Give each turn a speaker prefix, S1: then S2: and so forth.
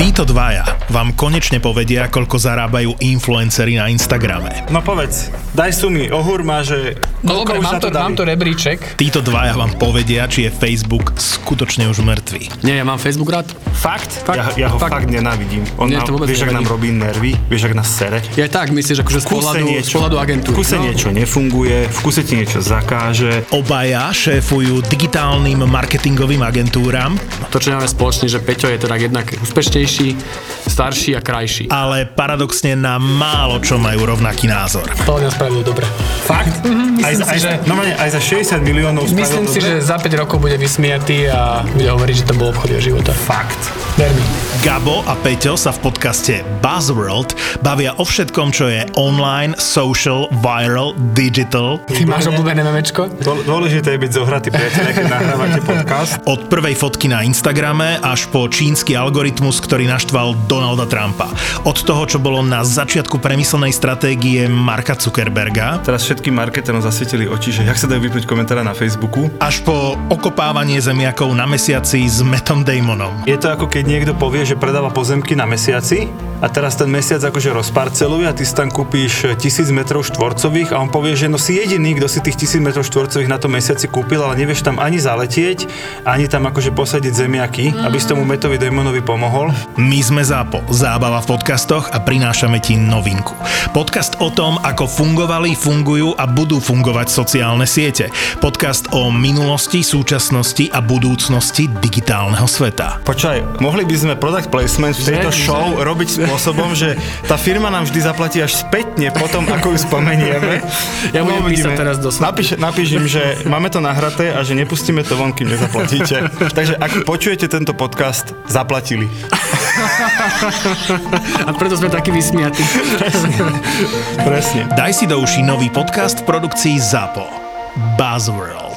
S1: Títo dvaja vám konečne povedia, koľko zarábajú influencery na Instagrame.
S2: No povedz, daj sumy, ohurma, že... koľko
S3: No dobre,
S2: už
S3: mám
S2: na
S3: to,
S2: dali?
S3: mám to rebríček.
S1: Títo dvaja vám povedia, či je Facebook skutočne už mŕtvy.
S4: Nie, ja mám Facebook rád.
S2: Fakt? Ja, ja ho fakt, nenávidím. On
S4: Mne
S2: nám,
S4: to vôbec
S2: vieš, ak
S4: nevadí.
S2: nám robí nervy, vieš, ak nás sere.
S4: Ja tak, myslíš, akože z
S2: V kuse
S4: pohľadu, z
S2: niečo,
S4: pohľadu agentúry.
S2: v kuse
S4: no.
S2: niečo nefunguje, v kuse ti niečo zakáže.
S1: Obaja šéfujú digitálnym marketingovým agentúram,
S4: To, čo máme spoločne, že Peťo je teda jednak úspešnejší, starší a krajší.
S1: ale paradoxne na málo čo majú rovnaký názor.
S3: Podľa mňa spravil dobre. Mhm,
S2: Fakt? Mm-hmm, aj,
S3: myslím
S2: za-
S3: si,
S2: aj,
S3: že-
S2: normálne aj za 60 miliónov spravil
S3: Myslím si,
S2: dobre?
S3: že za 5 rokov bude vysmiatý a bude hovoriť, že to bol obchod jeho života.
S2: Fakt.
S3: Ver mi.
S1: Gabo a Peťo sa v podcaste Buzzworld bavia o všetkom, čo je online, social, viral, digital,
S3: Ty máš obľúbené memečko?
S2: Dô- Dôležité je byť zohratý, priateľe, keď nahrávate podcast.
S1: Od prvej fotky na Instagrame až po čínsky algoritmus, ktorý naštval Donalda Trumpa. Od toho, čo bolo na začiatku premyslenej stratégie Marka Zuckerberga,
S2: Teraz všetkým marketerom zasvietili oči, že jak sa dajú vypnúť komentára na Facebooku.
S1: až po okopávanie zemiakov na mesiaci s Metom Damonom.
S2: Je to ako keď niekto povie, že predáva pozemky na mesiaci a teraz ten mesiac akože rozparceluje a ty si tam kúpíš 1000 m štvorcových a on povie, že no si jediný, kto si tých 1000 m štvorcových na tom mesiaci kúpil, ale nevieš tam ani zaletieť, ani tam akože posadiť zemiaky, aby si tomu metovi démonovi pomohol.
S1: My sme ZAPO, zábava v podcastoch a prinášame ti novinku. Podcast o tom, ako fungovali, fungujú a budú fungovať sociálne siete. Podcast o minulosti, súčasnosti a budúcnosti digitálneho sveta.
S2: Počkaj, mohli by sme product placement v tejto
S4: Že?
S2: show robiť spôsobom, že tá firma nám vždy zaplatí až spätne potom, ako ju spomenieme.
S4: Ja budem
S2: Uvidíme.
S4: písať teraz do svojho.
S2: Napíš, napíš im, že máme to nahraté a že nepustíme to von, kým nezaplatíte. Takže ak počujete tento podcast, zaplatili.
S4: A preto sme takí vysmiatí.
S2: Presne.
S1: Daj si do uší nový podcast v produkcii ZAPO. Buzzworld.